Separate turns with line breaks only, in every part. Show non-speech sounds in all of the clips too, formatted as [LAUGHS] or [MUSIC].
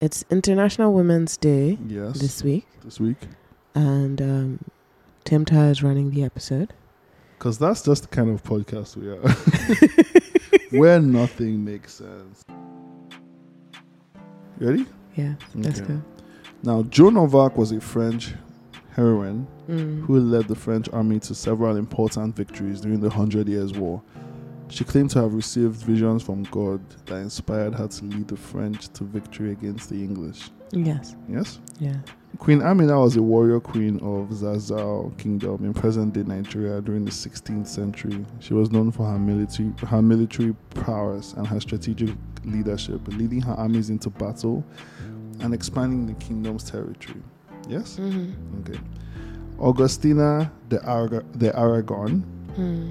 It's International Women's Day
Yes. This,
this week,
week.
and um, Timta is running the episode.
Because that's just the kind of podcast we are. Where nothing makes sense. You Ready?
Yeah, let's
Okay.
go.
Now, Joan of Arc was a French heroine
Mm.
who led the French army to several important victories during the Hundred Years' War. She claimed to have received visions from God that inspired her to lead the French to victory against the English.
Yes,
Yes?
yeah.
Queen Amina was a warrior queen of Zazao Kingdom in present-day Nigeria during the 16th century. She was known for her military, her military prowess and her strategic leadership, leading her armies into battle and expanding the kingdom's territory. Yes?
Mm-hmm.
Okay. Augustina de, Arag- de Aragon
Mm-hmm.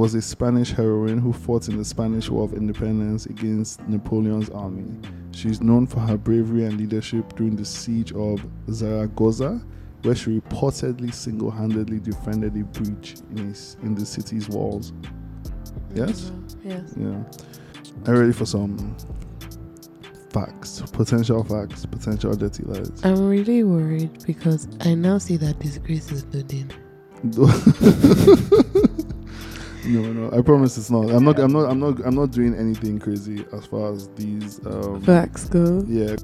was a Spanish heroine who fought in the Spanish War of Independence against Napoleon's army. She is known for her bravery and leadership during the siege of Zaragoza, where she reportedly single handedly defended a breach in, his, in the city's walls. Yes?
Yes.
Yeah. Are you ready for some facts? Potential facts, potential dirty lies. [LAUGHS]
I'm really worried because I now see that disgrace is the din.
no, no, I promise it's not. I'm not. I'm not. I'm not. I'm not doing anything crazy as far as these. Um,
Facts go.
yeah.